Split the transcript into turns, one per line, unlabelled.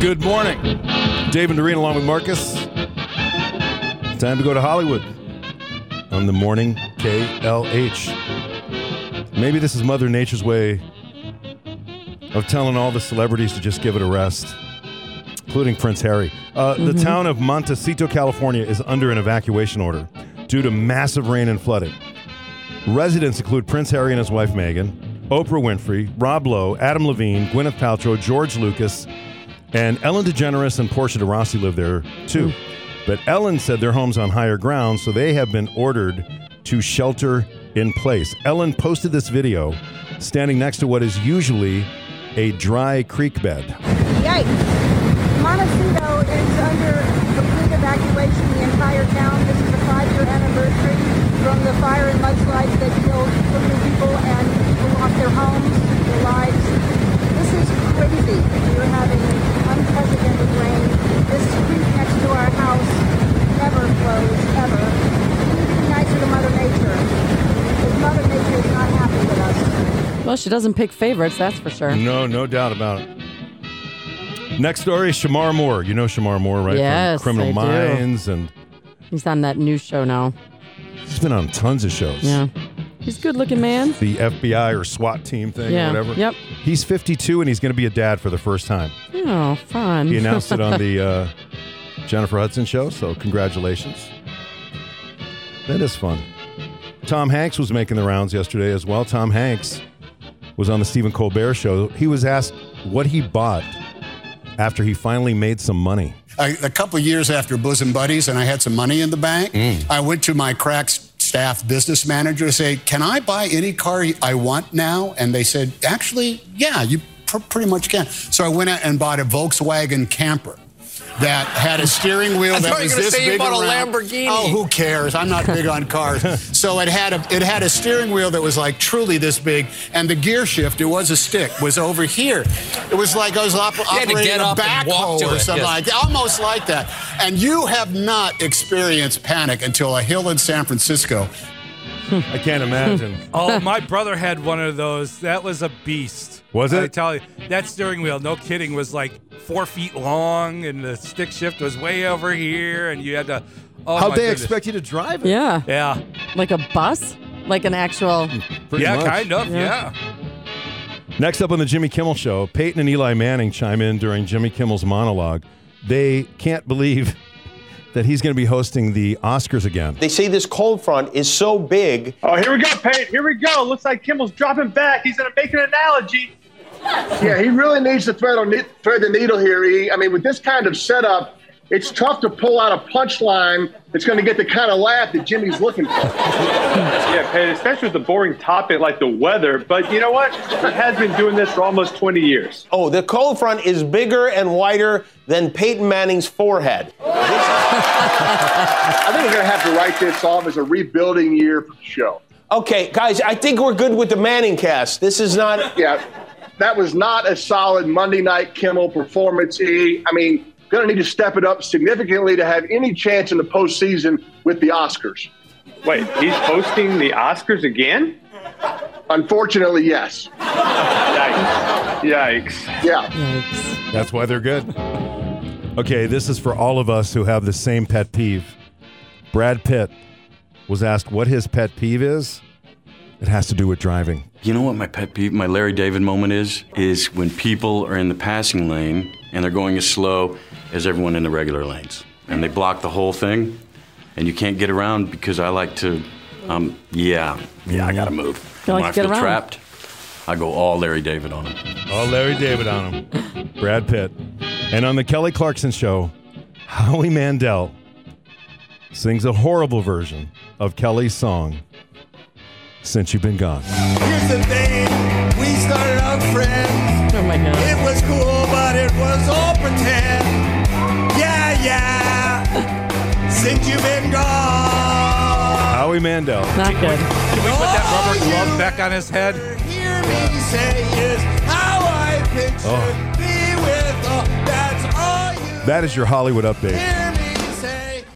Good morning. Dave and Doreen along with Marcus. Time to go to Hollywood on the morning KLH. Maybe this is Mother Nature's way of telling all the celebrities to just give it a rest, including Prince Harry. Uh, The town of Montecito, California is under an evacuation order due to massive rain and flooding. Residents include Prince Harry and his wife Meghan, Oprah Winfrey, Rob Lowe, Adam Levine, Gwyneth Paltrow, George Lucas, and Ellen DeGeneres and Portia de Rossi live there
Mm.
too. But Ellen said their home's on higher ground, so they have been ordered to shelter in place. Ellen posted this video standing next to what is usually a dry creek bed.
Yikes. Montecito is under complete evacuation, the entire town. This is a five-year anniversary from the fire and mudslides that killed so many people and people lost their homes, their lives. This is crazy. We're having unprecedented rain. This creek next to our house never flows, ever. We need to be nicer to Mother Nature. Because Mother Nature is not happy with us.
Well, she doesn't pick favorites, that's for sure.
No, no doubt about it. Next story is Shamar Moore. You know Shamar Moore, right?
Yes,
From Criminal
I do.
Minds and
He's on that new show now.
He's been on tons of shows.
Yeah. He's a good looking man.
The FBI or SWAT team thing
Yeah,
or whatever.
yep.
He's 52 and he's going to be a dad for the first time.
Oh, fun.
He announced it on the uh, Jennifer Hudson show, so congratulations. That is fun. Tom Hanks was making the rounds yesterday as well. Tom Hanks was on the Stephen Colbert show. He was asked what he bought after he finally made some money.
I, a couple years after Bosom Buddies, and I had some money in the bank, I went to my crack s- staff business manager to say, "Can I buy any car I want now?" And they said, "Actually, yeah, you pr- pretty much can." So I went out and bought a Volkswagen camper. That had a steering wheel
I
that
thought you
was
were gonna
this
say you
big
bought a
around.
Lamborghini.
Oh, who cares? I'm not big on cars. So it had a it had a steering wheel that was like truly this big, and the gear shift it was a stick was over here. It was like I was op-
had to
operating
get
a
up and walk
backhoe
to
or
it,
something
yes.
like that, almost like that. And you have not experienced panic until a hill in San Francisco.
I can't imagine.
Oh, my brother had one of those. That was a beast.
Was
I
it?
tell you, that steering wheel, no kidding, was like four feet long, and the stick shift was way over here, and you had to. Oh,
How'd
my
they
goodness.
expect you to drive it?
yeah.
Yeah,
Like a bus? Like an actual.
Pretty
yeah,
much.
kind of.
Yeah.
Yeah.
Next up on the Jimmy Kimmel Show, Peyton and Eli Manning chime in during Jimmy Kimmel's monologue. They can't believe that he's going to be hosting the Oscars again.
They say this cold front is so big.
Oh, here we go, Peyton. Here we go. Oh, Looks like Kimmel's dropping back. He's going to make an analogy.
Yeah, he really needs to thread, on, thread the needle here. E. I mean, with this kind of setup, it's tough to pull out a punchline that's going to get the kind of laugh that Jimmy's looking for.
Yeah, Peyton, especially with the boring topic like the weather. But you know what? He has been doing this for almost 20 years.
Oh, the cold front is bigger and wider than Peyton Manning's forehead.
I think we're going to have to write this off as a rebuilding year for the show.
Okay, guys, I think we're good with the Manning cast. This is not.
Yeah, that was not a solid Monday Night Kimmel performance. E. I mean, going to need to step it up significantly to have any chance in the postseason with the Oscars.
Wait, he's hosting the Oscars again?
Unfortunately, yes.
Yikes. Yikes.
Yeah.
Yikes.
That's why they're good. Okay, this is for all of us who have the same pet peeve. Brad Pitt was asked what his pet peeve is. It has to do with driving.
You know what my pet peeve, my Larry David moment is? Is when people are in the passing lane and they're going as slow as everyone in the regular lanes. And they block the whole thing and you can't get around because I like to, um, yeah, yeah, I gotta move.
You like
when
to get
I feel
around.
trapped, I go all Larry David on them.
All Oh, Larry David on him. Brad Pitt. And on the Kelly Clarkson show, Howie Mandel sings a horrible version of Kelly's song, Since You've Been Gone.
Here's the thing. We started out friends.
Oh my God.
It was cool, but it was all pretend. Yeah, yeah. Since you've been gone.
Howie Mandel.
Not good.
Can we put that
Oh,
rubber glove back on his head?
Hear me say is how I picture
Oh.
be with all. That's all you
That is your Hollywood update.